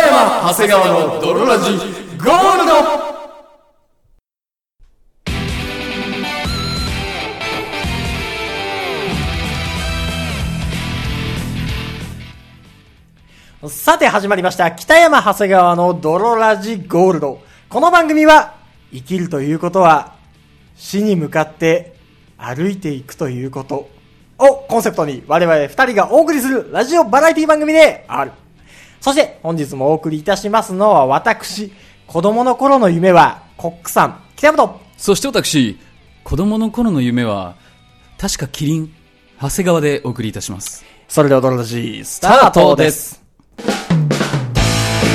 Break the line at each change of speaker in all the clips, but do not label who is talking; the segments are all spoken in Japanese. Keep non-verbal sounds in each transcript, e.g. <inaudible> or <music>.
長谷川の泥ラジゴールド
さて始まりました、北山長谷川の泥ラジゴールド。この番組は、生きるということは、死に向かって歩いていくということをコンセプトに我々二人がお送りするラジオバラエティ番組である。そして本日もお送りいたしますのは私、子供の頃の夢はコックさん、北山と、
そして私、子供の頃の夢は、確かキリン、長谷川でお送りいたします。
それでは泥ラジス
ス
タートです。。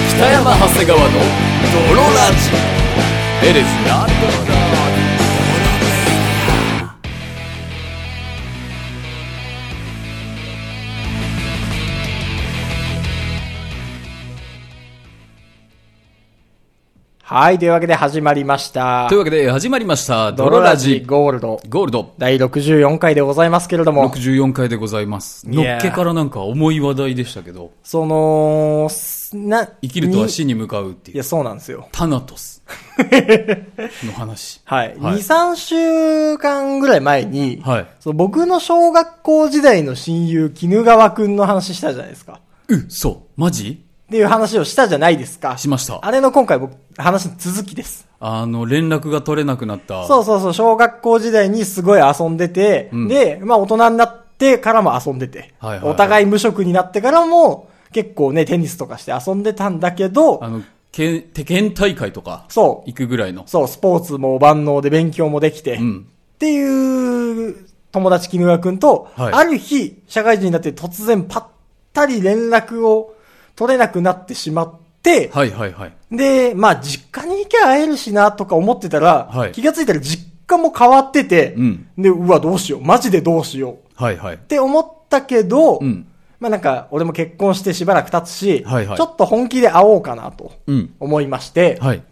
北山長谷川の泥ラジ It is not
はい、というわけで始まりました
という。わけで、始まりました、ド
泥
ロ
ラ
ラ
ジ
ジ
ゴールド。
ゴールド。
第64回でございますけれども。
64回でございます。
い
の
やー
っけからなんか重い話題でしたけど、
その、すな、
生きるとは
に
死に向かうって
い
いう、
や、そうなんですよ。
タナ
<laughs>
トスの話。
はい。
はい
2、3週間ぐらい前に、
はい
その僕の小学校時代の親友、絹川くんの話したじゃないですか。
う、そう、マジ
っていう話をしたじゃないですか。
しました
あれの今回僕、話の続きです。
あの、連絡が取れなくなった。
そうそうそう、小学校時代にすごい遊んでて、
ん
で、まあ大人になってからも遊んでて、
はいはいはい
お互い無職になってからも、結構ね、テニスとかして遊んでたんだけど、
あの、けん、手剣大会とか、
そう。
行くぐらいの。
そう、スポーツも万能で勉強もできて、
うん
っていう友達絹川くんと、
はい
ある日、社会人になって突然パッタリ連絡を取れなくなってしまって、
はいはいはい。
で、まあ実家に行きゃ会えるしなとか思ってたら、
はい
気がついたら実家も変わってて、
うん
で、うわ、どうしよう、マジでどうしようっ
はいはい。
て思ったけど、
うん
まあなんか、俺も結婚してしばらく経つし、
はいはい
ちょっと本気で会おうかなと
うん。
思いまして、
はい。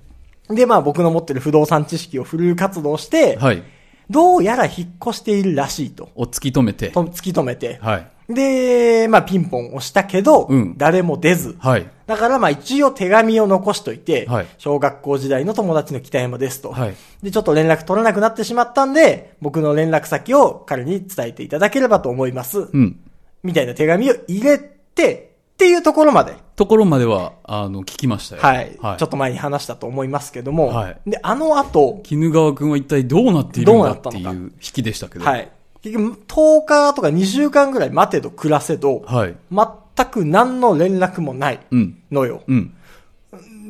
で、まあ僕の持ってる不動産知識をフル活動して、
はい。
どうやら引っ越しているらしいと、
を突き止めて。
と突き止めて。
はい。
で、まあピンポン押したけど、
うん
誰も出ず。
はい。
だからまあ一応手紙を残しといて、
はい
小学校時代の友達の北山ですと、
はい
で、ちょっと連絡取れなくなってしまったんで、僕の連絡先を彼に伝えていただければと思います。
うん。
みたいな手紙を入れて、っていうところまで、
ところまでは、あの、聞きましたよ。
はい、
はい。
ちょっと前に話したと思いますけども、
はい
で、あの後、
絹川くんは一体どうなっているん
どう
だ
なっ
ったて
の
い
か
う引きでしたけど。
は。い。結局、10日とか2週間ぐらい待てど暮らせど、
はい。
全く何の連絡もない
うん。
のよ。
うん。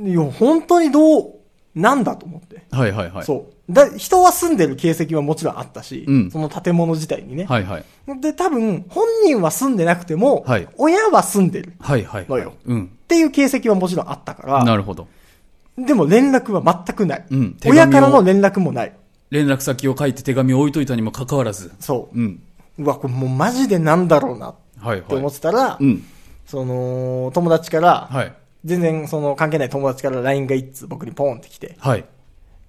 いや、本当にどう、なんだと思って。
はいはいはい。う。
そう。だ、人は住んでる形跡はもちろんあったし、
うん
その建物自体にね。
はいはい。
で、多分、本人は住んでなくても、
はい
親は住んでるっ
はいはい。
のよ
うん。
ていう形跡はもちろんあったか
な
ら、
るほど。
でも連絡は全くない。
うん手紙を
親からの連絡もない。
連絡先を書いて手紙を置いといたにもかかわらず。
そう。
うん。
うわ、これもうマジでなんだろうなっ
はいはい。
て思ってたら、
うん。
その、友達から、
はい。
全然その関係ない友達から LINE が一通僕にポーンってきて、
はい。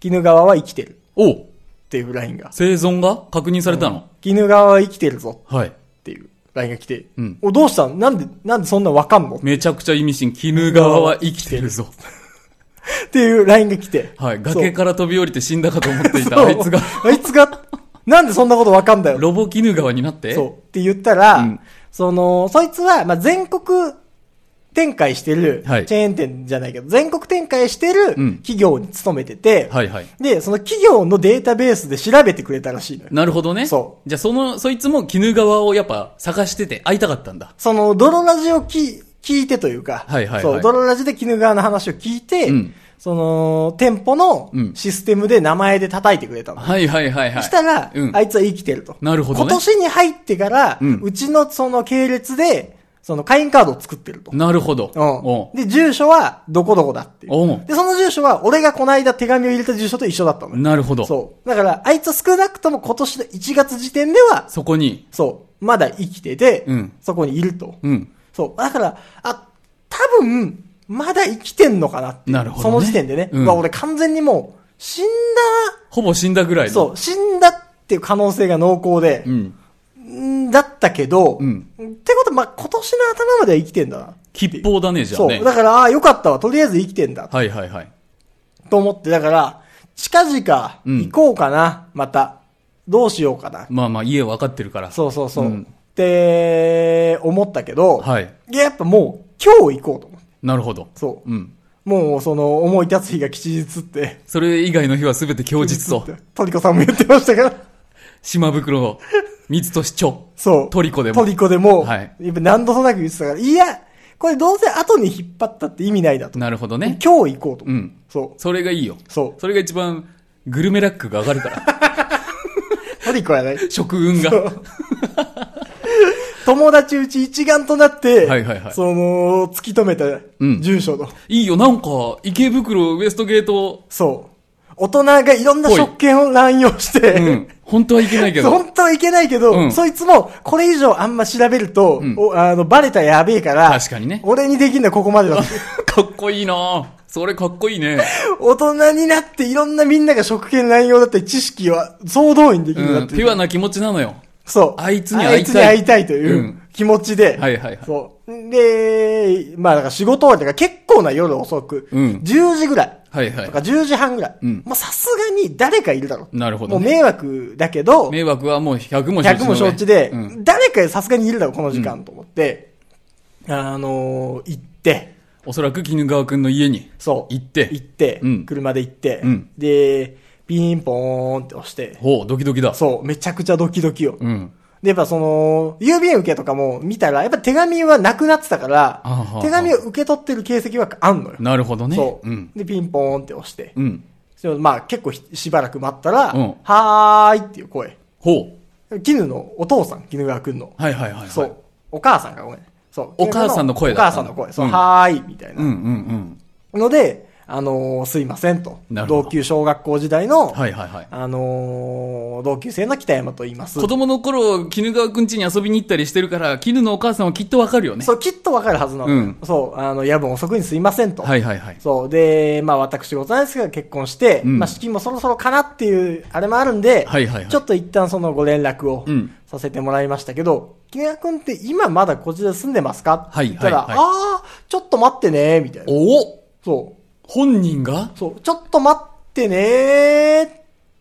絹川は生きてる
お
っていう LINE が。
生存が確認されたの、
絹川は生きてるぞ
はい。
っていう LINE が来て、
うん
お、どうしたんなんで、なんでそんなわかんの
めちゃくちゃ意味深。絹川は生きてるぞ。
っていう LINE が来て。
はい。崖から飛び降りて死んだかと思ってい
そう
たあいつが、
<laughs> あいつが、なんでそんなことわかんだよ。
ロボ絹川になって
そう。って言ったら、
うん
その、そいつは、まあ、全国展開してる、チ
は
ェ
い
ーン店じゃないけど、全国展開してる
うん
企業に勤めてて、
はいはい。
で、その企業のデータベースで調べてくれたらしいのよ。
なるほどね。。
そう
じゃあ、その、そいつも絹川をやっぱ探してて会いたかったんだ。
その、泥ラジをき聞いてというか、
はいはいはい
そう、泥ラジで絹川の話を聞いて、
うん
その、店舗の
うん
システムで名前で叩いてくれたの。
はいはいはいはい。
したら、
うん。
あいつは生きてると。
なるほどね
今年に入ってから、う
うん
ちのその系列で、その会員カードを作ってると。
なるほど。お
うん。で、住所はどこどこだっていう
おう
で、その住所は俺がこの間手紙を入れた住所と一緒だったのよ。
なるほど。
そう。だから、あいつは少なくとも今年の1月時点では、
そこに、
そう、まだ生きてて、
うん
そこにいると。
うん。
そう。だから、あ、多分、まだ生きてんのかなっていう。
なるほどね
その時点でね。
うん
うわ、俺完全にもう、死ん
ほぼ死んだぐらい
だ、
の。
そう、死んだっていう可能性が濃厚で
う。、ん。
んだったけど、
うん
ってことは、まあ、今年の頭までは生きてんだな。
吉報だね、じゃあ
そう。
ね。
だから、ああ、よかったわ。とりあえず生きてんだ。
はいはいはい。
と思って、だから、近々
うん
行こうかな、また。どうしようかな。
まあまあ、家分かってるから。
そうそうそう。
うん
って、思ったけど、
はい。
いややっぱもう、今日行こうと思って。
なるほど。。
そう
ん。
もう、その、思い立つ日が吉日って。
それ以外の日はすべて供述と、
<laughs> トリコさんも言ってましたから。
島袋の三つ年町。
そう。
トリコでも
トリコでも、
はい
やっぱ何度となく言ってたから、いや、これどうせ後に引っ張ったって意味ないだと。
なるほどね。
今日行こうと。
うん。
そう。
それがいいよ。
そう。
それが一番、グルメラックが上が
<laughs>
るから。
トリコや
<laughs>
ない。
食運が。
そう <laughs> 友達うち一丸となって、
はいはいはい
その、突き止めた
うん
住所の、
いいよ、なんか、池袋ウエストゲート、
そう。大人がいろんな
ぽい
職権を乱用して、
うん。本当はいけないけど。
本当はいけないけど、
うん
そいつも、これ以上あんま調べると、
うん
おあの、バレたらやべえから、
確かにね
俺にできんのはここまで
<laughs>
だと。
かっこいいなぁそれかっこいいね。
大人になっていろんなみんなが職権乱用だったり、知識は総動員できるように
う
なっ
ん。
て
ピ
る
ュアな気持ちなのよ。
そう。
あいつに会いたい
あつに会いたいといううん気持ちで。
はいはいはい
そう。で、まあだから仕事終わりだから結構な夜遅く、
うん
10時ぐらい
はいは
とか
い。
10時半ぐらい。
うん
もうさすがに誰かいるだろう。
なるほどね
もう迷惑だけど、
迷惑はもう100も承知
100
の上。
も承知で、
うん
誰かさすがにいるだろう、この時間と思って、あのー行って、
おそらく絹川くんの家に。
そう。
行って
行って、
うん
車で行って、
うん
で、ピンポーンって押して、
ほう、ドキドキだ。
そう、めちゃくちゃドキドキよ。
うん。
で、やっぱその、郵便受けとかも見たら、やっぱ手紙はなくなってたから
あはあ、
手紙を受け取ってる形跡はあんのよ。
なるほどね。
そう、
ん。
で、ピンポーンって押して。
うん。
でもまあ結構ひしばらく待ったら、
うん
はーいっていう声。
ほ
絹のお父さん、絹川くんの。
う。はいはいはいはい。
そう。。お母さんがごめん。そう。
お母さんの声
お
だ
母
った
さ
ん
ん
だ
の声。そう、
うん
はーいみたいな。
うんうん
ので、あのーすいませんと。
なるほど
同級小学校時代の、
うん。はいはいはい。
あのー同級生の北山と言います。
子供の頃、絹川くん家に遊びに行ったりしてるから、絹のお母さんはきっとわかるよね。
そう、きっとわかるはずなの。
うん
そう、あの、夜分遅くにすいませんと。
はいはいはい。
そう、で、まあ私事なんですが結婚して、
うん
まあ資金もそろそろかなっていう、あれもあるんで、
はいはいはい
ちょっと一旦そのご連絡を
うん
させてもらいましたけど、木村君って今まだこちら住んでますか
はい
って言ったら、
はいはい
あー、ちょっと待ってね、みたいな。
おお
そ
本人が
う、そう、ちょっと待ってねっ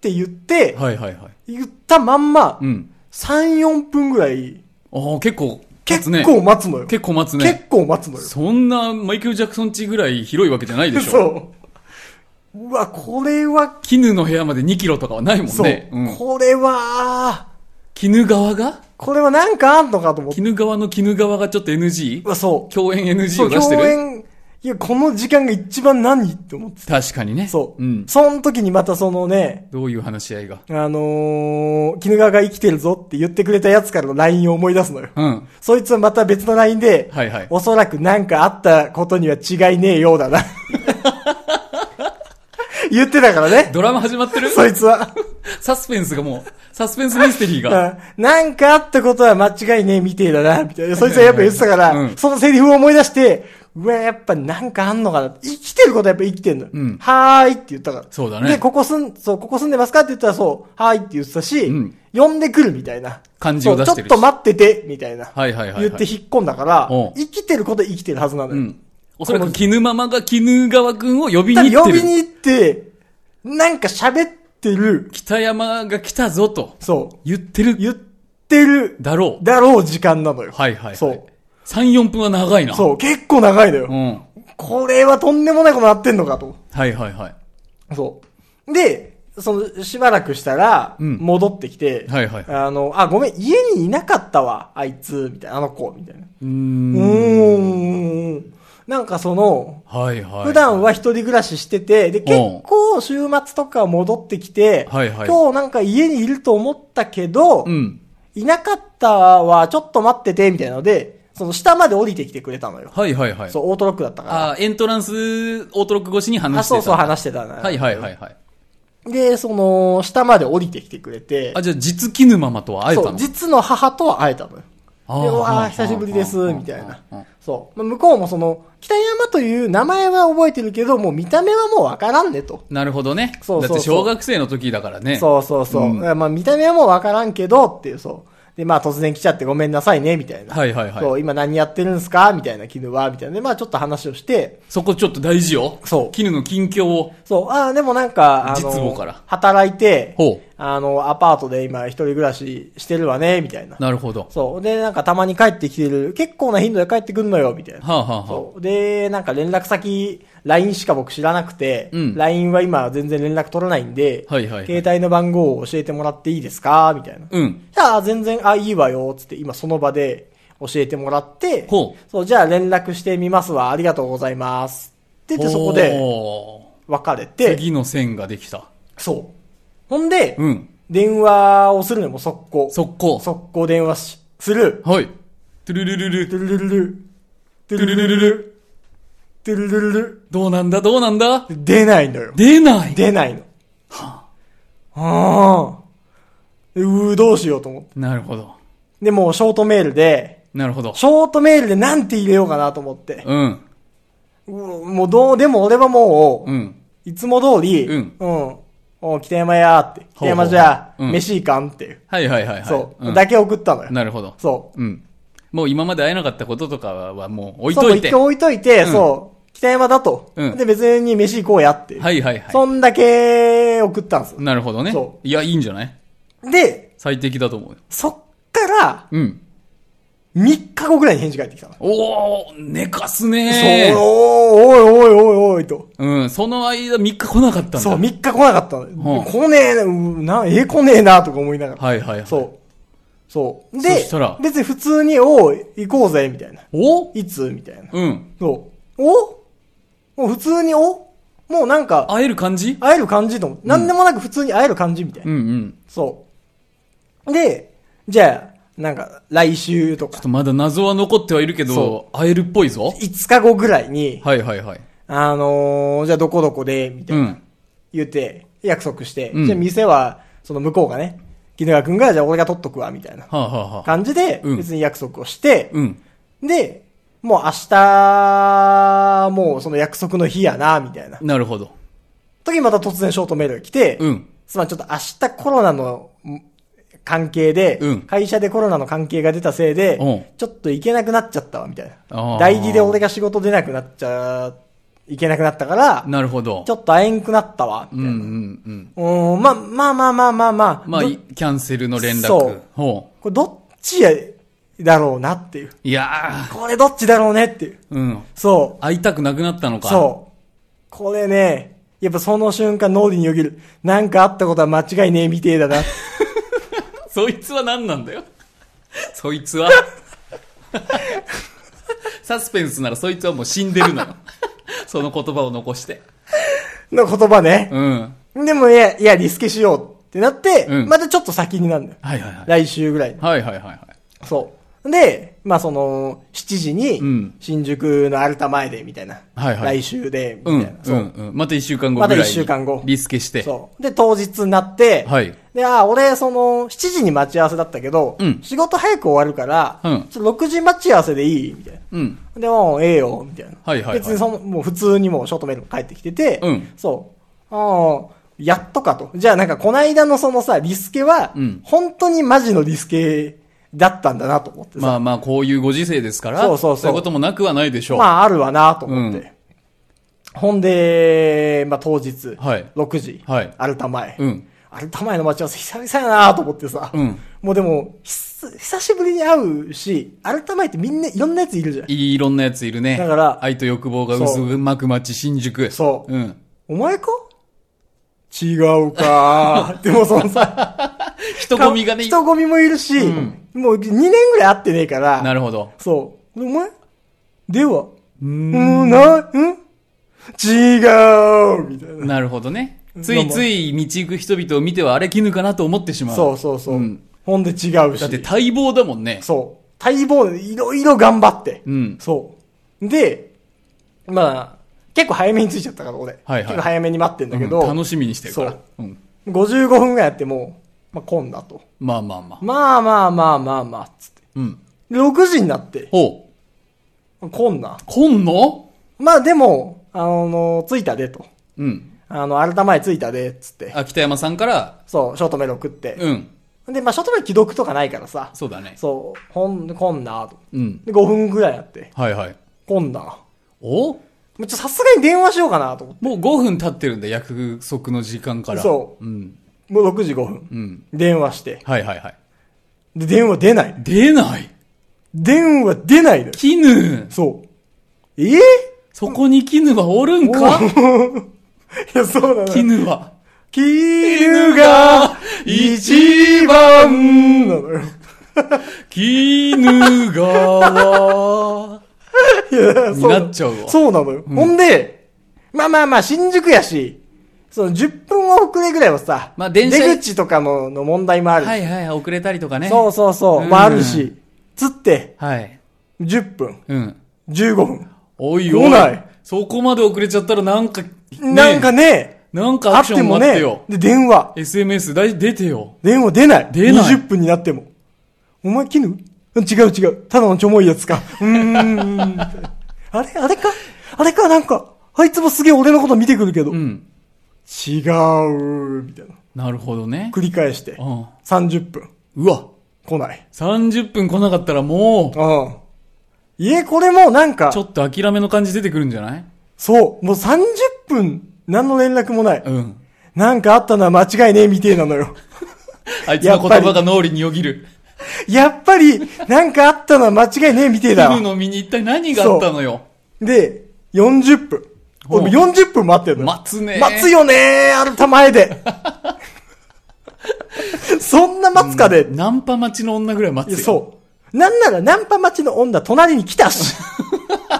て言って、
はいはいはい。
言ったまんま、
うん。
3、4分ぐらい、
ああ、結構、待つ
結
ね。
構待つのよ。
結構待つ
結
ね。
構待つのよ。
そんなマイケル・ジャクソン家ぐらい広いわけじゃないでしょ。
そう。うわ、これは、
絹の部屋まで2キロとかはないもん
そう。
ね。うん
これは、
絹川が
これはなんかあんのかと思って。
絹川の絹川がちょっと NG?
うわ、そう。
共演 NG
そ
を
う、
出して
共
る
演、いや、この時間が一番何って思って
確かにね。
そう。
ん。
その時にまたそのね、
どういう話し合いが。
あのー、絹川が生きてるぞって言ってくれたやつからの LINE を思い出すのよ。
うん。
そいつはまた別の LINE で、
はいはい
おそらくなんかあったことには違いねえようだな。 <laughs> 言ってたからね。
ドラマ始まってる
そいつは。
サスペンスがもう、サスペンスミステリー
う
が。
んなんかあったことは間違いねえみてえだな、みたいな。そいつはやっぱ言ってたから、
うん
そのセリフを思い出して、うわ、やっぱなんかあんのかな。生きてることはやっぱ生きてんの。
うん
はーいって言ったから。
そうだね
で、ここ住ん、そう、ここ住んでますかって言ったら、そう、はーいって言ってたし、
うん
呼んでくるみたいな。
感じを出してるし
そうちょっと待ってて、みたいな。
はいはいはいはい
言って引っ込んだから、
おう
生きてることは生きてるはずなの
う
よ。
ん。おそらく絹ママが絹川くんを呼び
た
に
だ
行
呼
って
び
る。
に行って、なんか喋ってる、
北山が来たぞと
そう、
言ってる
言ってる、
だろう。
だろう時間なのよ。
はいはいはい。
そう。。
3、4分は長いな。
そう、結構長いのよ。
うん。
これはとんでもないことなってんのかと。
はいはいはい。
そう。で、その、しばらくしたら、
うん
戻ってきて、
はいはい
あの、あ、ごめん、家にいなかったわ、あいつ、みたいな、あの子、みたいな。
うー。
うんーん。なんかその、
はいはい。
普段は一人暮らししてて、で、結構週末とか戻ってきて、
はいはい
今日なんか家にいると思ったけど、
うん。
いなかったわ、ちょっと待ってて、みたいなので、その下まで降りてきてくれたのよ。
はいはいはい。
そう、オートロックだったから。
あーエントランス、オートロック越しに
あ、
話してた。
そうそう話してたな。
はいはいはいはい。
で、その、下まで降りてきてくれて、
あ、じゃあ実絹ママとは会え
そ
た
う、
の
実の母とは会えたのよ。
あー
で、うわ
あ
ー
ー
久しぶりです、みたいな
あーあー。
そう。まあ向こうもその、北山という名前は覚えてるけど、もう見た目はもうわからんねと。
なるほどね。
そうそうそう
だって小学生の時だからね。
そうそうそう。
うん
まあ見た目はもうわからんけど、っていう、そう。で、まあ突然来ちゃってごめんなさいね、みたいな。
はいはいはい
そう、今何やってるんですかみたいな、絹は、みたいな。で、まあちょっと話をして、
そこちょっと大事よ。
そう
絹の近況を。
そう、ああ、でもなんか、あの
実母から
働いて、
ほう。
あの、アパートで今一人暮らししてるわね、みたいな。
なるほど。
そう。で、なんかたまに帰ってきてる。結構な頻度で帰ってくんのよ、みたいな。
はあ、はあは
そう。で、なんか連絡先、LINE しか僕知らなくて、
うん
LINE は今全然連絡取らないんで、
はいはいはい
携帯の番号を教えてもらっていいですかみたいな。
あ、うん。
じゃあ、全然、あ、いいわよ、つって今その場で教えてもらって、
ほ
そう、じゃあ連絡してみますわ、ありがとうございます。って言ってそこで
ほ
別れ
う。
て、
次の線ができた。
そう。ほんで、
うん。
電話をするのよもう速攻。
速攻。
速攻電話しする。
はい。トゥルルル
ト
ル。
ゥルルルル。ト
ト
ゥ
ゥ
ルル
ル
ル
ルル
ル。
ル。
トゥルルルル。
どうなんだどうなんだ
出ないのよ。
出ない。
出ないの。はあ。うー、どうしようと思って。
なるほど。
で、もうショートメールで、
なるほど。
ショートメールでなんて入れようかなと思って。
うん。
うもうどう、でも俺はもう、
うん。
いつも通り、
うん
うん。お北山やーって。北
ほうほう
山じゃあ、
うん
飯行かんっていう。
はいはいはいはい。
そう。
ん
だけ送ったのよ。
なるほど。
そ
うん。もう今まで会えなかったこととかはもう
う。
置いとい
そう、
て。
一回
は
置いといて、
うん
そう。北山だと。
うん
で、別に飯行こうやっていう。
いはいは
そんだけ送ったんですよ
い。なるほどね
そ。
いや、いいんじゃない
で、
最適だと思うよ。
そっから、
うん。
3日後ぐらいに返事返ってきたの。
おー、寝かすね
そう、
ー。
おーおいおいおいおいと。
うん、その間3日来なかったんだ。
そう、3日来なかったの。
ん
来ねえな、うな、え来ねえな、とか思いながら。
はいはいはい。
そう。そう。
そ
で
したら、
別に普通に、おう行こうぜ、みたいな。
お
いつみたいな。
うん。
そう。おもう普通に、おもうなんか、
会える感じ
会える感じと思って。なんでもなく普通に会える感じみたいな。
うんうん。
そう。で、じゃあ、なんか、来週と
ちょ
か
っ、とまだ謎は残ってはいるけど
そ、
会えるっぽいぞ。
5日後ぐらいに、
はいはいはい。
あのー、じゃあどこどこで、みた
う
いな。
ん。
言って、約束して、
うん
じゃあ店は、その向こうがね、絹川くんが、じゃあ俺が取っとくわ、みたいな
はあ、はあはあ、
感じで、
うん
別に約束をして、
うん。
で、もう明日、もうその約束の日やな、みたいな。
なるほど。
時にまた突然ショートメールが来て、
うん。
つまりちょっと明日コロナのん関係で、
うん
会社でコロナの関係が出たせいで、
うん
ちょっと行けなくなっちゃったわ、みたい
あー
な。代理で俺が仕事出なくなっちゃ、いけなくなったから、
なるほど。
ちょっと会えんくなったわ、み
うん
た
う
いな。
んうん。
うん、まあ、まあまあまあまあまあ。
まあ、
ど
いキャンセルの連絡。
そう
ほう。
これどっちやだろうなっていう。
いや
これどっちだろうねっていう。
ー。うん。
そ
会いたくなくなったの
う。
か。
そう。これね、やっぱその瞬間脳裏によぎる。なんかあったことは間違いねえみてえだな。
そいつは何なんだよ。 <laughs> そいつは。 <laughs> サスペンスならそいつはもう死んで
<laughs>
るなの。その言葉を残して。
の言葉ね。
うん。はい
でもいや、いや、リスケしようってなって、
うん
またちょっと先になるのよ。
はいはい。
来週ぐらいに。
はいはいはいはい。
そう。で、まあその、7時
うん
に、新宿のアルタ前でみたいな。
はいはい
来週で、みた
う
い
ん、
な。
う
そ
ん
う。、
うん。また一週間後
ま
ぐ
た
らいに。
一週間後
リスケして。
そう。で、当日になって、
はい。
で、あー、俺、その、7時に待ち合わせだったけど、
うん
仕事早く終わるから、
うん
ちょっと6時待ち合わせでいいみたいな。
うん。
で、もう、ええよ、みたいな。
はいはいはい
別にその、もう普通にもうショートメールも返ってきてて、
うん
そう。ああ、やっとかと。じゃあなんか、この間のそのさ、リスケは、
うん
本当にマジのリスケだったんだなと思ってさ。
まあまあ、こういうご時世ですから。
そうそうそう
そういうこともなくはないでしょう。
まあ、あるわなと思って。
うん
ほんで、まあ、当日、
はい
6時、
はい
アルタ前、
うん
アルタ前の待ち合わせ久々やなと思ってさ、
うん
もうでも、ひす久しぶりに会うし、アルタ前ってみんないろんなやついるじゃん。
いろんなやついるね。
だから
愛と欲望が渦巻く街、新宿。
そう
うん。
お前か違うか <laughs> でもそのさ、
人混みがね。
人混みもいるし、
うん
もう2年ぐらい会ってねえから、
なるほど。
そう。でお前では、
う。
うんん、な、ん違うみたいな。
なるほどね。ついつい道行く人々を見てはあれ絹かなと思ってしまう。
そうそうそう。
うん
ほんで違うし。
だって待望だもんね。
そう。待望、いろいろ頑張って。
うん
そう。で、まあ、結構早めに着いちゃったから、俺。
はい
結構早めに待ってんだけど、
うん楽しみにしてるから。
そう
うん。
55分ぐらいやってもう、まあ、混んだと。
まあまあまあ。
まあまあまあまあまあ、つって。
うん。
で6時になって、
ほう。
混んだ。
来んの
まあでも、あの、着いたでと。
うん。
あの、改め前着いたで、つって。
あ、北山さんから、
そう、ショートメール送って。
うん。
で、まあ、シャトルは既読とかないからさ。
そうだね。
そう。ほん、こんなと。
うん。
で、5分ぐらいあって。
はいはい。
こんな。
お
もうちょっとさすがに電話しようかなと思っ
もう5分経ってるんだ、約束の時間から。。
そう
うん。
て。もう6時5分。
うん。
電話して。
はいはいはい。
で、電話出ない。
出ない
電話出ないのよ。
絹
そう。ええ
そこに絹はおるんか
<laughs> いや、そうなのよ。
絹は。
絹が一番なのよ。
絹がは。
いや <laughs> そう
なっちゃうわ
そうなのよ。ほんで、まあまあまあ、新宿やし、その10分遅れぐらいはさ、
まあ電車
出口とかもの問題もあるし、
はいはい、遅れたりとかね。
そうそうそう、
うん
まああるし、つって、
はい。
10分、
うん。
15分。
おいお
来
い
ない。
そこまで遅れちゃったらなんか、ね
なんかね、
なんか
あ
ア
っ
クショ
て
ン
も
待っ
ね
てよ、。
で、電話、
SMS 大出てよ。
電話出ない。
出ない
20分になっても。お前絹うん違う違う。ただのちょもいや
<laughs>
つか。うーん。あれあれかあれかなんか、あいつもすげえ俺のこと見てくるけど。
うん。
違う、みたいな。
なるほどね。
繰り返して
う、ん。
30分、
うわ。
来ない。
30分来なかったらもう、
うん。いえ、これもなんか
ちょ、っと諦めの感じ出てくるんじゃない
そう、もう30分、何の連絡もない。
うん。
なんかあったのは間違いねえみてえなのよ。 <laughs>
あいつの言葉が脳裏によぎる。
やっぱり、なんかあったのは間違いねえみてえだ
犬
わ。
の身に一体何があったのよ。
で、40分。
うん
俺も40分待ってるのよ。
待つね。
待つよねー、あんた前
<laughs>
で。そんな待つかで。
<laughs> ナンパ待ちの女ぐらい待
いや
つよ。
そう。なんならナンパ待ちの女隣に来たし。 <laughs>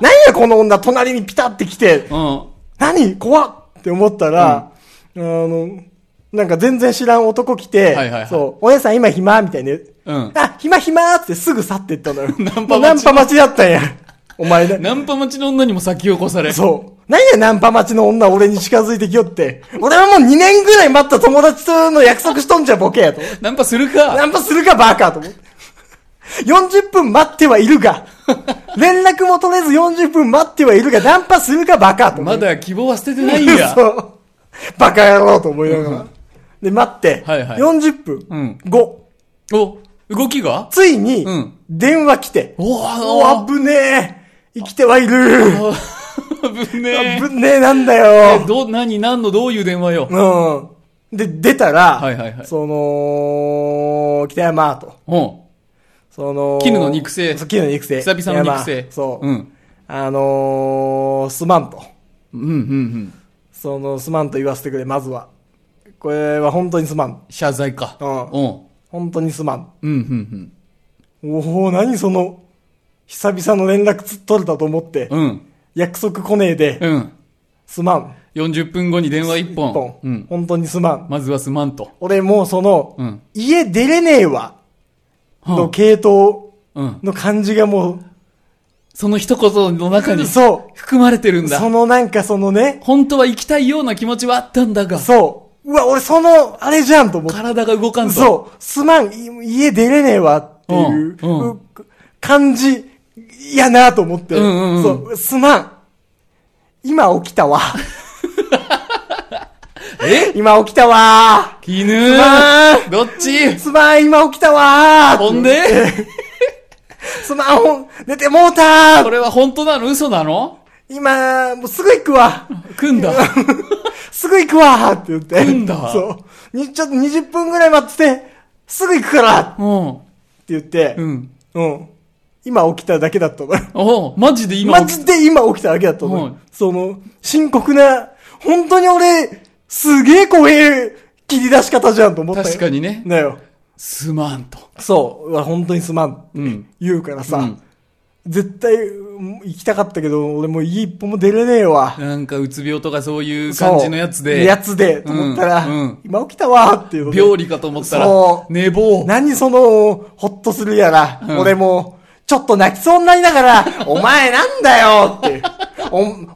何やこの女隣にピタって来て、
う。うん。
何怖っって思ったら、あの、なんか全然知らん男来て、
はいはいはい
そう、お姉さん今暇みたいに、
うん。
あ、暇暇ってすぐ去ってったのよ。
<laughs> ナンパ待ち
もうナンパ待ちだったんや。お前だ。
ナンパ待ちの女にも先を越され。
そう。何やナンパ待ちの女俺に近づいてきよって。俺はもう2年ぐらい待った友達との約束しとんじゃボケやと思って。
ナンパす
<laughs>
るか。
ナンパするかバカと思って。40分待ってはいる
<laughs>
が、連絡も取れず40分待ってはいるが、ナンパするかバカと思っ
ま
て。
だ希望は捨ててないん
<laughs>
や。
そう。バカ野郎と思いながら。で、待って、
はいはい
40分、
うん
後、
お、動きが
ついに
うん、
電話来て、
お
おあ
ー、
ぶねえ、生きてはいる。
あ <laughs> ぶね
あ
え
ぶねえなんだ
え。
よ。
ど、何、何のどういう電話よ。
うん。で、出たら、
はいはいはい
その、北山と、
うん。
その、
絹の肉声
そう絹の肉声。
久々の肉
いや
声
ま。あそう。
うん。
あのー、すまんと。
うんうんうん。
その、すまんと言わせてくれ、まずは。これは本当にすまん。
謝罪か。
う
うんん。うん
本当にすまん。
うんうん。
おお何その、久々の連絡つ取れたと思って、
うん。
約束来ねえで、
うん。
すまん。
40分後に電話1
一
本
本。。
うん。
本当にすまん。
まずはすまんと。
俺もうその、
うん。
家出れねえわ、
う
の
ん
系統
うん。
の感じがも
その一言の中
う、
に
そ
含まれてるん
う。
だ
そ。のなんかそのね、
本当は行きたいような気持ちはあったんだが、
そう。うわ、俺その、あれじゃんと思って。
体が動かんと。
そう、すまん、い家出れねえわっていう、
うんうん
う感じ、やなと思って、
うんうんうん
そう、すまん。今起きたわ。
<laughs> え
今起きたわ
絹
<laughs> まー
どっち
すまん、今起きたわ
ほんで
<laughs> すまん、ほん、寝てもうたー
これは本当なの嘘なの
今、もうすぐ行く
<laughs>
わ。
組んだ。
すぐ行くわって言って。
来んだ
そう。に、ちょっと20分ぐらい待ってて、すぐ行くからって
うん。
言って
う、ん。
うん。今起きただけだったのよ。
おうマジで今
マジで今起きただけだったの、
はい
その、深刻な、本当に俺、すげえ怖え切り出し方じゃんと思ったよ。
確かにね。
だよ。
すまんと。
そう。うわ、本当にすまんって
うん。
言うからさ、
うん
絶対、うん行きたかったけど、俺もう家一歩も出れねえわ。
なんかうつ病とかそういう感じのやつ
そうや
で、
つで、と思ったら、
うんうん
今起きたわっていうので
病理かと思ったら
そ、う
寝坊。
何その、ほっとするやら、
うん
俺も、ちょっと泣きそうになりながら、お前なんだよって、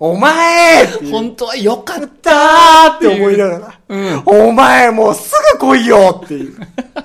お、お前っていう
本当はよかっ
ったーって思いながら、
うん
お前もうすぐ来いよって
<laughs>
いう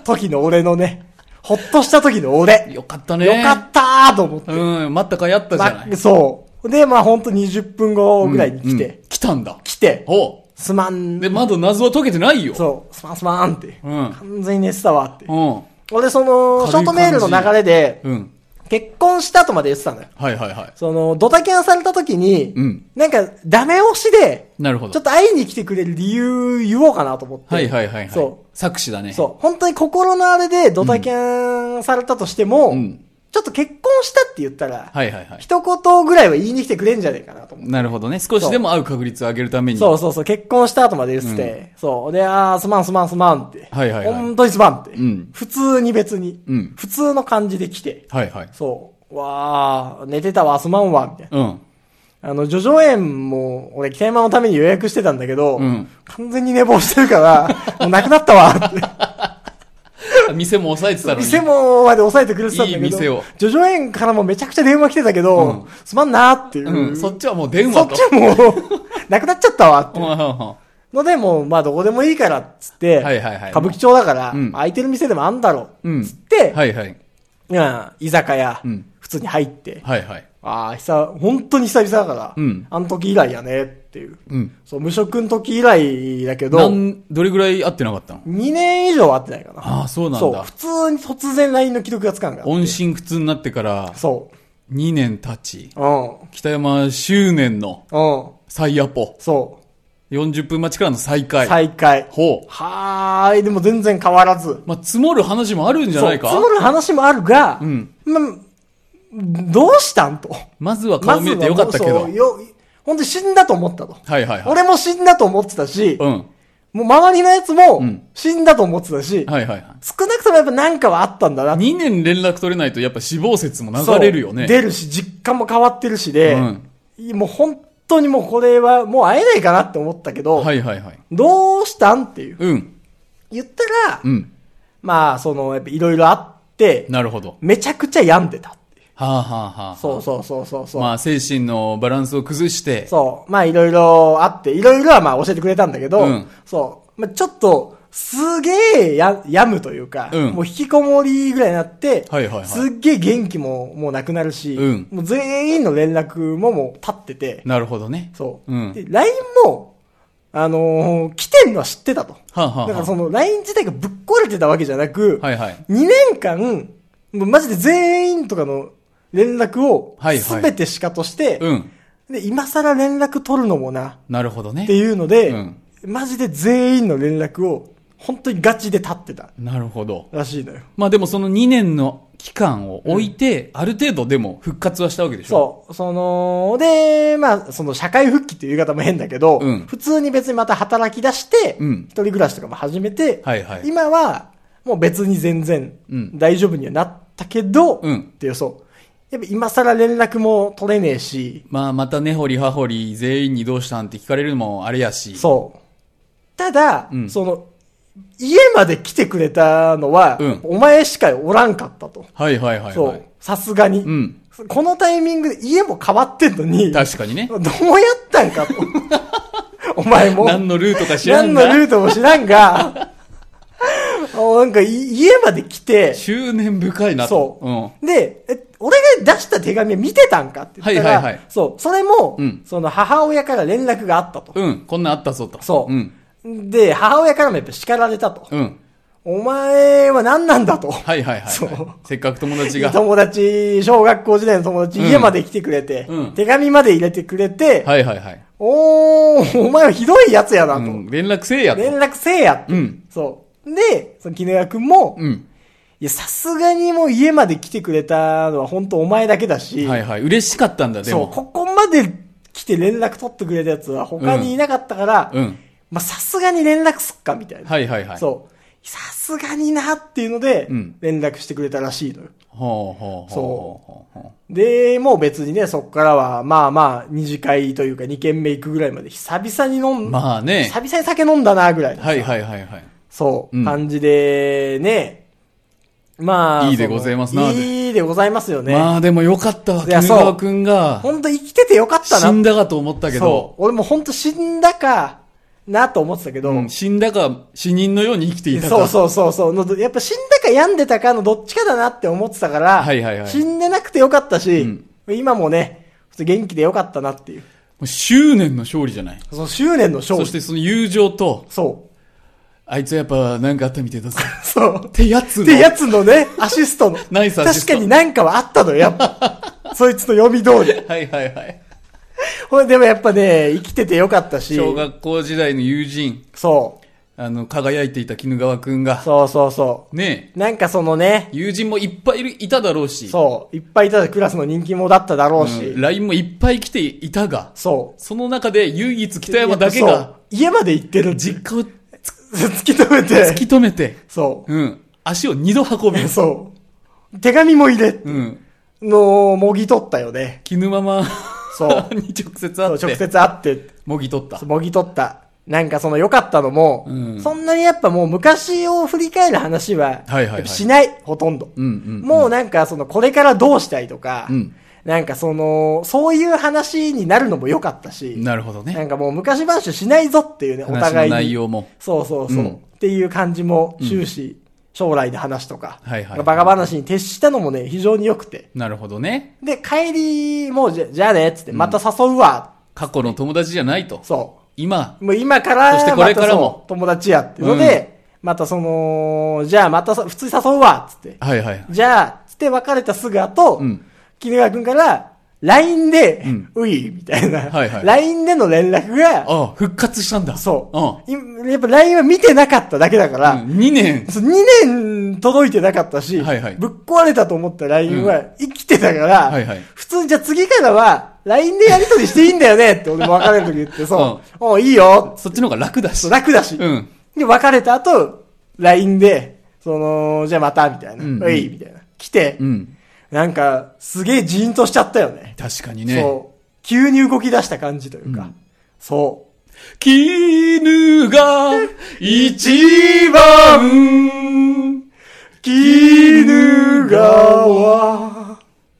時の俺のね、ほっとした時の
た。
俺、
よかったね。
よかったーと思って、
うん、待ったかやったじゃない
ま。そう。で、まあほんと20分後ぐらいに来て、
うんうん来たんだ。
来て、
おう
すまん。
で、まだ謎は解けてないよ。
そう、すまんすまんって。
うん
完全に寝てたわって。
うん。
俺、その、
軽い
ショートメールの流れで、
うん。
結婚したとまで言ってたのよ。
はいはいはい。
その、ドタキャンされた時に、
うん
なんか、ダメ押しで、
なるほ
ちょ
ど
っ。と会いに来てくれる理由言おうかなと思って。
はいはいはいはい。
そ
作詞だね。
う。そう。本当に心のあれでドタキャンされたとしても、
うん
ちょっと結婚したって言ったら、
はいはいはい。
一言ぐらいは言いに来てくれんじゃねえかなと思って。
なるほどね。少しでも会う確率を上げるために。
そうそうそう、結婚した後まで言ってて、そう。で、あー、すまんすまんすまんって。
はいはいはい
本当にすまんって。
ん
普通に別に、
うん
普通の感じで来て、
はいはい。
そう。わー、寝てたわ、すまんわ、みたいな。
うん。
あの、ジョジョ園も、俺、北山のために予約してたんだけど、
うん
完全に寝坊してるから、もうなくなったわっ
あ店も抑えてた
て。
のに。
店もまで抑えてくれてたんだけど、
いい店を
ジョジョ園からもめちゃくちゃ電話来てたけど、
うん
すまんなーっていう。
うん。そっちはもう電話
そっ
と。
ちはも
<laughs>
う、なくなっちゃったわって
うん。うんうん
ので、もう、まあ、どこでもいいから、っつって、
はいはいはい
歌舞伎町だから、
うん
空いてる店でもあんだろ、
うん
つって、
はいはい。
うん居酒屋、
うん
普通に入って、
はいはい。
ああ、久、本当に久々だから、
うん
あの時以来やねっていう。
うん。
そう、無職の時以来だけど、
な
2
ん、どれぐらい会ってなかったの
年以上会ってないかな。
ああ、そうなん
そう、
だ
普。通に突然 LINE の既読がつかんから。
音信不通になってから
そ
2年経ち。
う。うん。うん。
北山執念の再アポ。
そ
40分待ちからの再
う。
会。
再会。
ほう。
はーい、でも全然変わらず。
まあ、積もる話もあるんじゃないか
そう、積もる話もあるが、
うん
ま、どうしたんと。
まずは顔見れてよかったけ
まずはも
ど
うそう。よ、本当に死んだと思ったと。
はいはいはい。
俺も死んだと思ってたし、
うん。
もう周りのやつも
うん
死んだと思ってたし、
はいはいはい。
少なくともやっぱ何かはあったんだなって
2年連絡取れないとやっぱ死亡説も流れるよね。
そう出るし、実感も変わってるしで、
うん
もう本当にもうこれはもう会えないかなって思ったけど、
はいはいはい。
どうしたんっていう。
うん。
言ったら、
うん。
まあ、その、やっぱいろいろあって、
なるほど。
めちゃくちゃ病んでたっていう。
はあはあはあ。
そうそうそうそうそう。
まあ、精神のバランスを崩して。
そう。まあ、いろいろあって、いろいろはまあ教えてくれたんだけど、
うん
そう。まあ、ちょっと、すげえや、病むというか、
うん
もう引きこもりぐらいになって、
はいはいはい
すっげえ元気ももうなくなるし、
うん
もう全員の連絡ももう立ってて、
なるほどね。
そう。
うん
で、LINE も、あのー来てんのは知ってたと。
はあはあはあ
だからその LINE 自体がぶっ壊れてたわけじゃなく、
はいはい。
2年間、もうマジで全員とかの連絡を
はいはい
すべてしかとして、
うん。
で、今更連絡取るのもな、
なるほどね
って。いうので、
うん
マジで全員の連絡を、本当にガチで立ってた
なるほど。
らしいのよ。
まあでもその2年の期間を置いて、ある程度でも復活はしたわけでしょ
そう。その、で、まあ、その社会復帰っていう言い方も変だけど、
うん
普通に別にまた働き出して、
うん
一人暮らしとかも始めて、
はいはい
今は、もう別に全然
うん、
大丈夫にはなったけど、
うん
っていう、そう。やっぱ今更連絡も取れねえし、
まあまた根掘り葉掘り全員にどうしたんって聞かれるのもあれやし。
そう。ただ、
うん
その、家まで来てくれたのは、
うん
お前しかおらんかったと。
はいはいはい
そ
は
う
い。。
さすがに、
うん
このタイミングで家も変わってんのに、
確かにね
ど。うやったんか <laughs> と。お前も。
何のルートか知ら
何
ん
の
が、
ルートも知らんが、おなんかい家まで来て、
執念深いなと。
そう、で、え俺が出した手紙見てたんかって言ったら、
はいはいはい
そう、それも、
うん
その母親から連絡があったと。
うん。うん。こんなんあったぞと。
そう、
うん。
で、母親からもやっぱ叱られたと。
うん。
お前は何なんだと。
はいはいはいはい。
そう
せっかく友達が。
友達、小学校時代の友達、
うん
家まで来てくれて、
うん
手紙まで入れてくれて、
はいはいはい。
おー、お前はひどいやつやなと。
うん。連絡せえやと。
連絡せえやって。
うん
そう。で、その絹谷くんも、い
うん。
や、さすがにもう家まで来てくれたのは本当お前だけだし、
はいはい。嬉しかったんだ、で
そう、
も。
ここまで来て連絡取ってくれたやつは他にいなかったから、
うん。
まあ、さすがに連絡すっか、みたいな。
はいはいはい。う。
そう。さすがになっていうので
うん、
連絡してくれたらしいのよ。
ほうほうほうほうほ
で、もう別にね、そこからは、まあまあ、二次会というか二軒目行くぐらいまで久々に飲
う。
ん、
まあね
久。々に酒飲んだな、ぐらいのさ。
はいはいはいはい。
そう、
うん
感じで、ね。まあ。
いいで
その
ございますなで
いいでございますよね。
まあでもよかったわ。
いや
絹川くんが、
本当生きててよかったな。
死んだかと思ったけ
そ
ど、
う。俺も本当死んだか、なと思ってたけど。
うん死んだか死人のように生きていたか。
そうそうそうそうの。やっぱ死んだか病んでたかのどっちかだなって思ってたから、
はいはいはい
死んでなくてよかったし、
うん
今もね、普通元気でよかったなっていう。
う執念の勝利じゃない。
その執念の勝
そ
利。
してその友情と、
そ
あいつはやっぱなんかあったみた
<laughs>
いだぞ。
う。そう。
ってやつ
っ
の。
てやつのね、アシストの。
<laughs> ナイスアシスト
確かになんかはあったのよ、やっぱ。そいつの読み通り。
はいはいはい。
ほれでもやっぱね、生きててよかったし。
小学校時代の友人、
そう。
あの、輝いていた絹川くんが、
そうそうそ
ね
う。なんかそのね
え、、友人もいっぱいいる、いただろうし、
そう、いっぱいいたクラスの人気者だっただろうし。
うん、LINE もいっぱい来ていたが、
そう。
その中で唯一北山だけ
やっぱ
が
そ、う。家まで行ってる。
実家を
突き止め
突き
て。
止めて、
そ
うん、足を二度運び
う。、そう。手紙も入れ、
うん、
の、もぎ取ったよね。
絹ママ <laughs>
そう
に直接
そう
会って、
直接会って、
もぎ取った。
もぎ取った。なんかその良かったのも、
うん
そんなにやっぱもう昔を振り返る話は、
はいはいはい
やっぱしない、ほとんど。
うんうん
もうなんかそのこれからどうしたいとか、
うん
なんかその、そういう話になるのも良かったし、
なるほど
な
ね。
んかもう昔話しないぞっていうね、お
話
互
の
いに。
内容も。
そうそうそう。
うん
っていう感じも終始、将来の話とか、
はいはい
バカ話に徹したのもね、非常に良くて。
なるほどね。
で、帰り、もうじゃじゃあね、つって、また誘うわ、
過去の友達じゃないと。
そ
今、
う。もう今から、
そしてこれからも
またそう友達やっていうので、またその、じゃあまたさ普通に誘うわ、つって。
はいはい。
じゃあ、つって別れたすぐ後、
うん
絹川くんから、LINE で、
うん
うい、みたいな、
はいはい
LINE での連絡が、
ああ、復活したんだ。。
そうう、いやっぱ LINE は見てなかっただけだから、
うん。2年。
そう2年届いてなかったし、
はいはい
ぶっ壊れたと思った LINE は生きてたから、
はいはい
普通にじゃあ次からは LINE でやりとりしていいんだよねって俺も別れる時言って、そう、おういいよ、
そっちの方が楽だし。
楽だし。
うん
で、別れた後、LINE で、その、じゃあまた、みたいな、
うんうん
おい、みたいな。来て、
うん。
なんか、すげえジーンとしちゃったよね。
確かにね。
そう。急に動き出した感じというか。
うん
そう。
絹が一番
絹川。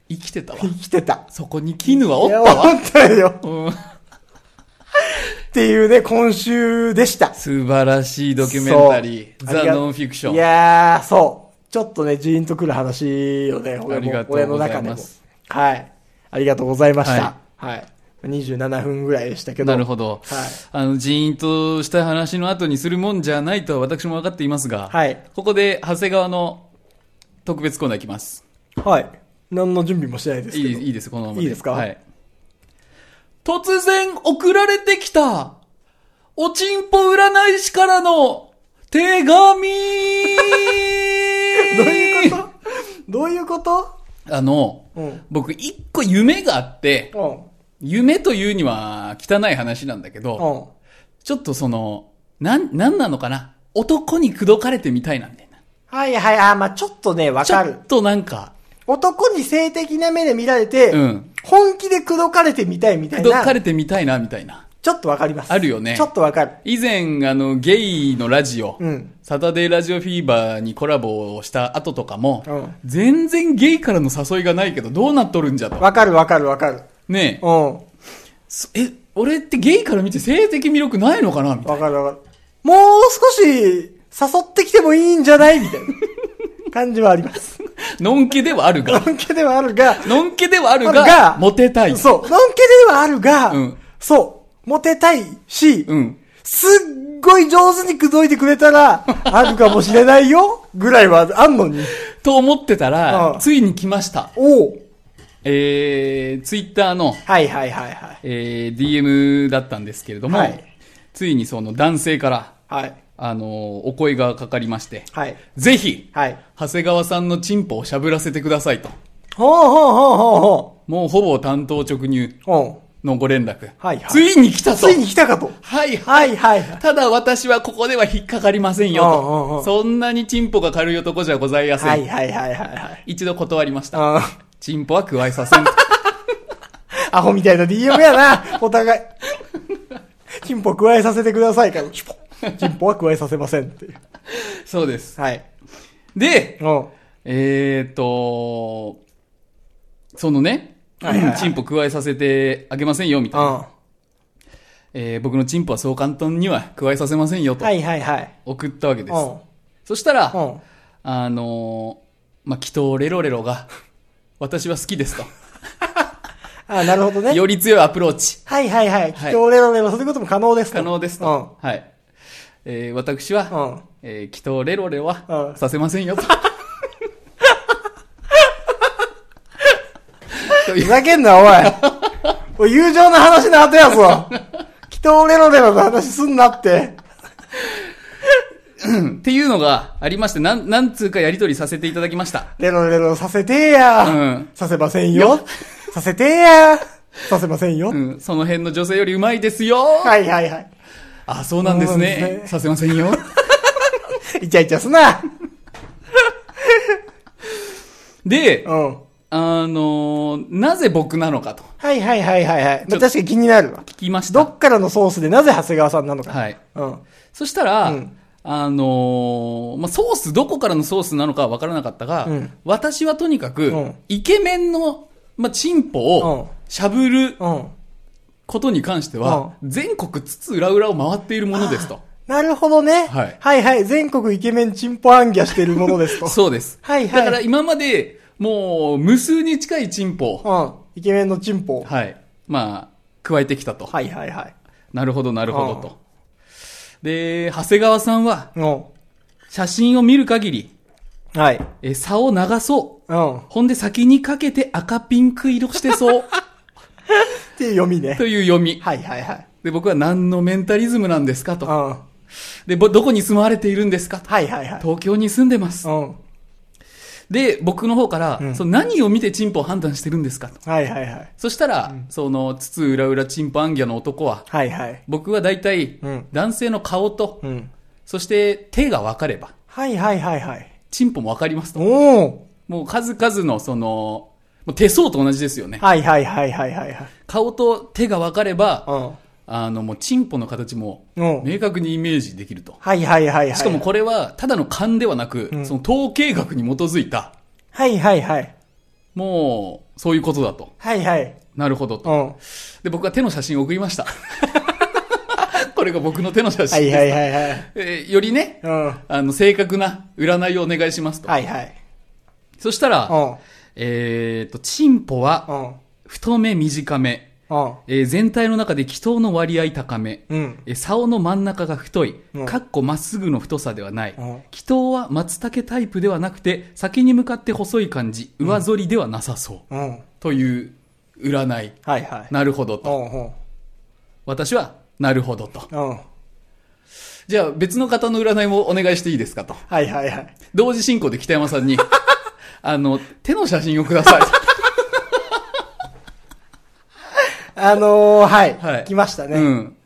生
<laughs>
きてたわ。
生きてた。
そこに絹はおっ
い
た
や
わ。
おったよ。
うん
っていうね、今週でした。
素晴らしいドキュメンタリー。
そうあり
ザ・
が
ノンフィクション。
いやー、そう。ちょっとね、ジーンとくる話よね、俺
あり
も
が。と
俺
う
の
ござい
中で
ま
も
す。
はい。ありがとうございました。はい。27分ぐらいでしたけど。
なるほど。
はい
あの、ジーンとした話の後にするもんじゃないとは私も分かっていますが、
はい
ここで、長谷川の特別コーナーいきます。
はい。何の準備もしてないです
い
けど。
いいいです、このままで。
いいですか
はい。突然送られてきた、おちんぽ占い師からの
<laughs>
手紙
どういうこと <laughs> どういうこと
あの、
うん
僕、一個夢があって、
う
夢というには汚い話なんだけど、
ん。うん。
ちょっとその、なん、なんなのかな男に口説かれてみたいなんだよな。
はいはい、あー、まあちょっとね、わ
ちょ
かる
っ。となんか、
男に性的な目で見られて、
うん
本気で口説かれてみたいみたい
口説
な
か、れてみたいな、みたいな。
ちょっとわかります。
あるよね
ちょっとわかる。
以前、あの、ゲイのラジオ、
うん
サタデーラジオフィーバーにコラボをした後とかも、
うん
全然ゲイからの誘いがないけど、どうなっとるんじゃと。
わかるわかるわかる。
ね
う
え
ん。わ
そえ、俺ってゲイから見て性的魅力ないのかなみたいな。
かるわかる。もう少し誘ってきてもいいんじゃないみたいな感じはあり
<laughs>
ます。
のんけではあるが、
のんけではあるが、
のんけではあるが、
が
モテたい。
そう、のんけではあるが、
うん
そう、モテたいし、
うん。
すっごい上手に口説いてくれた <laughs> ら、あるかもしれないよ、ぐらいはあんのに。
と思ってたら、
うん
ついに来ました。
おう
えー、ツイッターの、
はいはいはいはい。
えー、DM だったんですけれども、
はい
ついにその男性から、
はい。
あのーお声がかかりまして、
はい。
ぜひ、
はい。
長谷川さんのチンポをしゃぶらせてくださいと。
ほうほうほうほうほ
もうほぼ担当直入
う。おう
のご連絡。
はいはい
ついに来たと。
ついに来たかと。
はいはい。
はいはいはい。
ただ私はここでは引っかかりませんよ
うんうんう
と。
ん
そんなにチンポが軽い男じゃございません。
はいはいはいはいはい。
一度断りました。
あ
チンポは加えさせ
<laughs>
ん。
ーアホみたいな DM やな、お互い。チンポ加えさせてくださいから、チンポ。チンポは加えさせませんっていう。
そうです。
はい。
で、
うん。
えーっと、そのね、
はいはいはい
チンポ加えさせてあげませんよ、みたいな。
は
えー僕のチンポはそう簡単には加えさせませんよ、と
いはいはい。
送ったわけです。
うん。
そしたら、
うん。
あ <laughs> のーまあ、祈祷レロレロが、私は好きですと。
あ、なるほどね。
より強いアプローチ。
はいはいはい。
はい
気境レロレロすることも可能ですと
可能ですと。はい。えー私
う
は、
ん。うん。
えー、祈祷レロレ
う
は
ん
させません
<laughs>
よと。とい
ふ
う
ざけんな、おい。 <laughs> おい、友情の話の後やぞ。
<laughs>
気境レロレロの話すんなって。
っていうのがありまして、なん、なんつうかやりとりさせていただきました。
レロレロさせてや、
うん
させませんよ。させてやさせませんよ。
うん。その辺の女性よりうまいですよ。
はいはいはい。
あ、そうなんです
そうなんです
ね。
ね
させませんよ。
イチャイチャすな。
で、
うん。
あのーなぜ僕なのかと
はいはいはいはいはい。
ち
ま
ょ
あ、確かに気になるわ。
聞きまし
ど
た。
っからのソースでなぜ長谷川さんなのか。
はい。
うん。
そしたら、
うん
あのーまあ、ソース、どこからのソースなのかは分からなかったが、
うん
私はとにかく、
うん
イケメンの、まあ、チンポ
うん
をしゃぶる
うん。
ことに関しては、全国津々浦々を回っているものですと。
なるほどね。
はい
はいはい全国イケメンチンポアンギャしてるものです
<laughs>
と。
そうです。
はいはい
だから今まで、もう、無数に近いチンポを、
うん。イケメンのチンポ。
はい。まあ、加えてきたと。
はいはいはい。
なるほど、なるほど
うん
と。で、長谷川さんは、
う
写真を見る限り、
ん。はい。
え、竿を長そう。
うん。っ
ほんで先にかけて赤ピンク色し
<laughs>
てそう。
ていう読み <laughs> ね。
という読み。
はいはいはい。
で、僕は何のメンタリズムなんですか
うん。
と。
は
で、ぼどこに住まわれているんですかと。
いはいはい。
東京に住んでます。
うん。
で、僕の方から、
うん
その何を見てチンポを判断してるんですかと。
はいはいはい。
そしたら、その、つつうらうらチンポアンギャの男は、
はいはい。
僕は大体
うん、
男性の顔と、
うん。
そして手が分かれば、
はいはいはいはい。
チンポも分かりますと。
おー。
もう数々の、その、もう手相と同じですよね。
はいはいはいはいはいはい。
顔と手が分かれば、
うん。
あの、もう、チンポの形も、
うん
明確にイメージできると。
はいはいはいはい。
しかもこれは、ただの勘ではなく、その統計学に基づいた、
はいはいはい。
もう、そういうことだと。
はいはい。
なるほど
う
と。
ん。は
で、僕は手の写真を送りました。 <laughs> これが僕の手の写真
い
です。
はいはいはい。
えーよりね、
うん。
あの、正確な占いをお願いしますと。
はいはい。
そしたら、
う
えーと、チンポは、
ん。うん。
太め短め、
うん。
えー全体の中で気頭の割合高め、
うん。
えー竿の真ん中が太い
うん、
かっこまっすぐの太さではない
うん、
気頭は松茸タイプではなくて、先に向かって細い感じ、上反りではなさそう。
うん。はい
という占い。
はい。
なるほど
う
と。
んうん。
私は、なるほどと。
うん。
じゃあ別の方の占いもお願いしていいですかと。
はいはいはい。
同時進行で北山さんに、 <laughs> あの、手の写真をください。
<laughs> あのー、はい。
はい
来ましたね。
うん。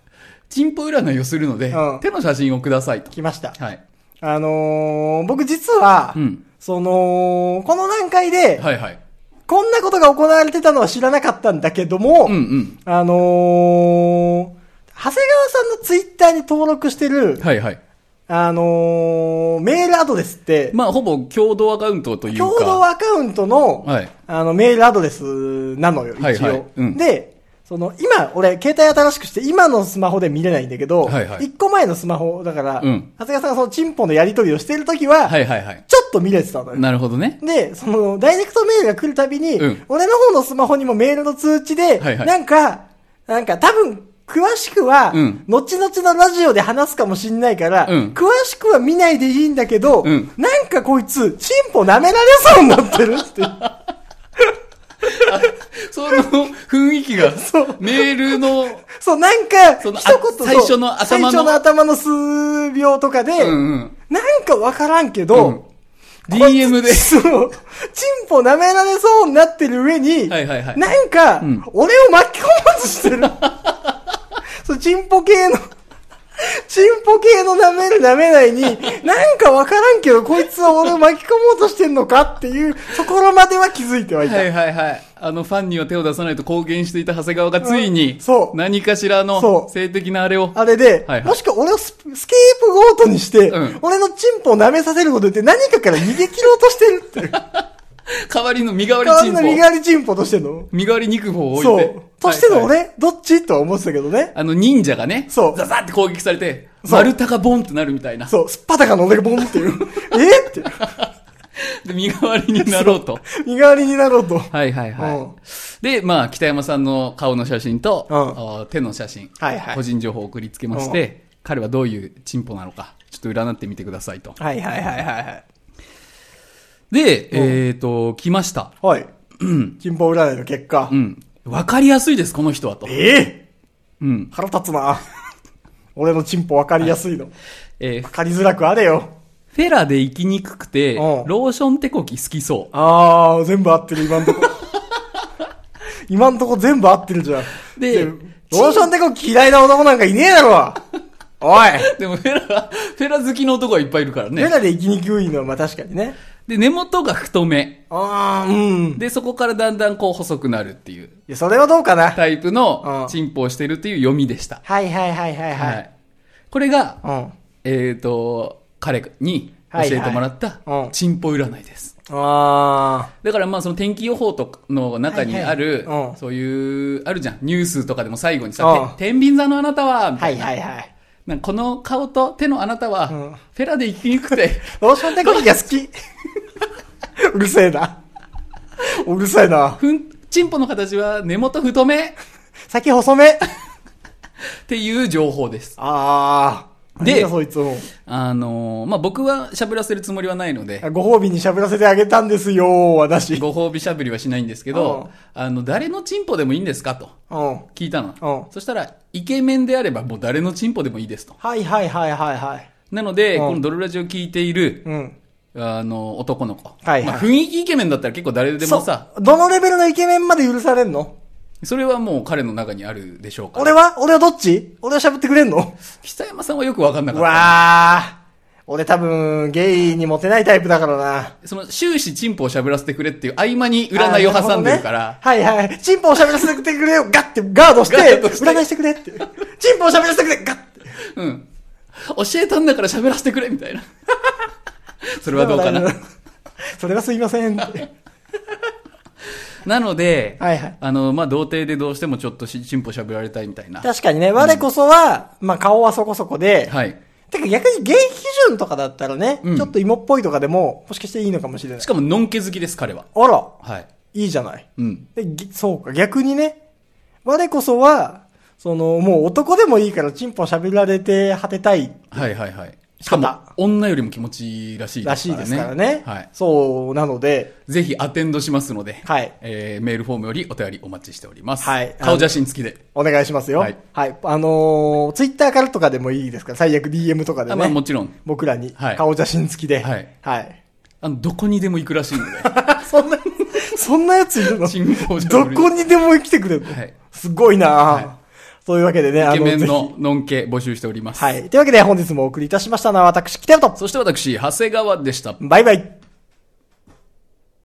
チンポ占いをするので
うん、
手の写真をくださいと。
来ました。
はい。
あのー、僕実は、
うん
その、この段階で、
はいはい。
こんなことが行われてたのは知らなかったんだけども、
うんうん。
あのー、長谷川さんのツイッターに登録してる、
はいはい。
あのー、メールアドレスって、
まあ、ほぼ共同アカウントというか。
共同アカウントの、
はい
あの、メールアドレスなのよ、一応。
はいはいうん
で、その、今、俺、携帯新しくして、今のスマホで見れないんだけど、
はいはい
一個前のスマホ、だから、
うん
長谷川さんがその、チンポのやり取りをしてるときは、
はいはいはい。
ちょっと見れてたのよ。
なるほどね。
で、その、ダイレクトメールが来るたびに、
うん
俺の方のスマホにもメールの通知で、
はいはい
なんか、なんか多分、詳しくは、
うん
後々のラジオで話すかもしんないから、
うん
詳しくは見ないでいいんだけど、
うん
なんかこいつ、チンポ舐められそうになってる
<laughs>
って。
その雰囲気が
そう、
メールの、
そう、なんか、一
そ
言
のあ
そう
最初
最
の頭の
初頭の数秒とかで、
うんうん。
なんかわからんけど、
うん DM で
こい。つそう。チンポ舐められそうになってる上に、
<laughs> はいはいはい
なんか、
ん
俺を巻き込もうと
<laughs>
してる。そう、チンポ系の、チンポ系の舐める舐めないに、なんかわからんけど、こいつは俺を巻き込もうとしてんのかっていうところまでは気づいてはいた。
はいはいはい。あの、ファンには手を出さないと公言していた長谷川がついに、
うんそう
何かしら
そ
の
う
性的なあれを、
あれで、
はいはい
もしくは俺をススケープゴートにして、
うん
俺のチンポを舐めさせることで何かから逃げ切ろうとしてるっていう。
代わりの身代わ
代わり
りチン
の身代
ポ。
わりチンポとしての。
身代わり肉棒を置
そ
いて。
う。としての
はいはい
俺、どっちとは思ってたけどね。
あの、忍者がね、
そう
ザザって攻撃されて、
そう
丸太がボンってなるみたいな。
そう、すっぱたかの俺がボンっていう。えーっていう。
で身代わりになろうと。
身代わりになろうと。
はいはい
うん
はい。で、まあ、北山さんの顔の写真と、
うん
あ手の写真、
はいはい
個人情報を送りつけまして、彼はどういうチンポなのか、ちょっと占ってみてくださいと。
はいはいはいはいはい。
で、えっ、と、来ました。
はい。金棒占いの結果
う。ん。わかりやすいです、この人はと。
ええ
うん。
腹立つな。俺のチンポ分かりやすいの。
えー
分かりづらくあれよ。
フェラで生きにくくて、
うん
ローション手こき好きそ
あー、全部合ってる、今んとこ。 <laughs> 今んとこ全部合ってるじゃん。
で
ローションテコ嫌いな男なんかいねえだろおい。
う。でも、フェラは、フェラ好きの男はいっぱいいるから
メ
ね。
ラで生きにくいのは、まあ確かにね。
で、根元が太め。
あー、うん。
で、そこからだんだんこう細くなるっていう
いや、それはどうかな。
タイプ
う
の
ん
チンポをしてるっていう読みでした。
はいはいはいはいは。
はいい。これが、
うん。
えっ、と、彼に教えてもらった
はいはいうん、
チンポ占いです。
あ
だからまあその天気予報とかの中にある、
はいはいうん
そういう、あるじゃん。ニュースとかでも最後に
うん
さ、て天秤座のあなたは、み
ー。は
た
い
いな。
はいはい。
なんかこの顔と手のあなたは、
ん
フェラで生きにくくて、 <laughs>
ローションテコキが好き。うるせえな。うるさいな。
ふん、チンポの形は根元太めっ
先細め。
ていう情報です。
あー。
で
で、そいつも。
あのーまあ、僕は喋らせるつもりはないので、
ご褒美に喋らせてあげたんですよーはなし。
ご褒美しゃべりはしないんですけど、あの、誰のチンポでもいいんですかと
うん。
聞いたの。
うん
そしたら、イケメンであればもう誰のチンポでもいいですと。
はいはいはいはいはい。
なので、
うん
このドルラジを聞いている、
うん。
あの、男の子。
はいはい
まあ、雰囲気イケメンだったら結構誰でもさ、
そう、どのレベルのイケメンまで許されんの
それはもう彼の中にあるでしょうから。
俺は俺はどっち俺は喋ってくれんの
北山さんはよくわかんな
う
かった。
わー。俺多分、ゲイにモテないタイプだからな。
その、終始チンポを喋らせてくれっていう合間に占いを挟んでるから、
あー。なほどねはいはい。チンポを喋らせてくれよ。ガッてガードして、
ガードして
占いしてくれって。チンポを喋らせてくれガッて。
うん。教えたんだから喋らせてくれみたいな。 <laughs> それはどうかな。
<laughs> それはすいませんって。
なので、
はいはい
あの、まあ、童貞でどうしてもちょっとしチンポ喋られたいみたいな。
確かにね、我こそは、まあ顔はそこそこで、
はい。
てか逆にゲイ基準とかだったらね、
うん
ちょっと芋っぽいとかでも、もしかしていいのかもしれない
し。かも、のんけ好きです、彼は。
あら、
はい。
いいじゃない。
うん。
で、ぎそうか、逆にね、我こそは、その、もう男でもいいからチンポ喋られて果てたい
はいはいはい。し
方
かも、女よりも気持ちいいらしい
ら
で
し
す
い
からね。
ですからね。
はい。
そうなので、
ぜひアテンドしますので、
はい
えーメールフォームよりお便りお待ちしております。
はい
顔写真付きで。
お願いしますよ。は
はいい。
あのー、ツイッターからとかでもいいですから、最悪 DM とかで
あ
ね。
まあもちろん、
僕らに
はい
顔写真付きで。
はい。
はい。
あの、どこにでも行くらしい
<laughs>
ので。
そんな、そんなやついるの
チンポじゃ
ど
無理
こにでも来てくれるの、
はい
すごいなぁ、そういうわけでね、
イケメン
あの、ぜ
ののんけ募集しておりま
ひ
す。
はい。というわけで本日もお送りいたしましたのは私、北山と。
そして私、長谷川でした。
バイバイ。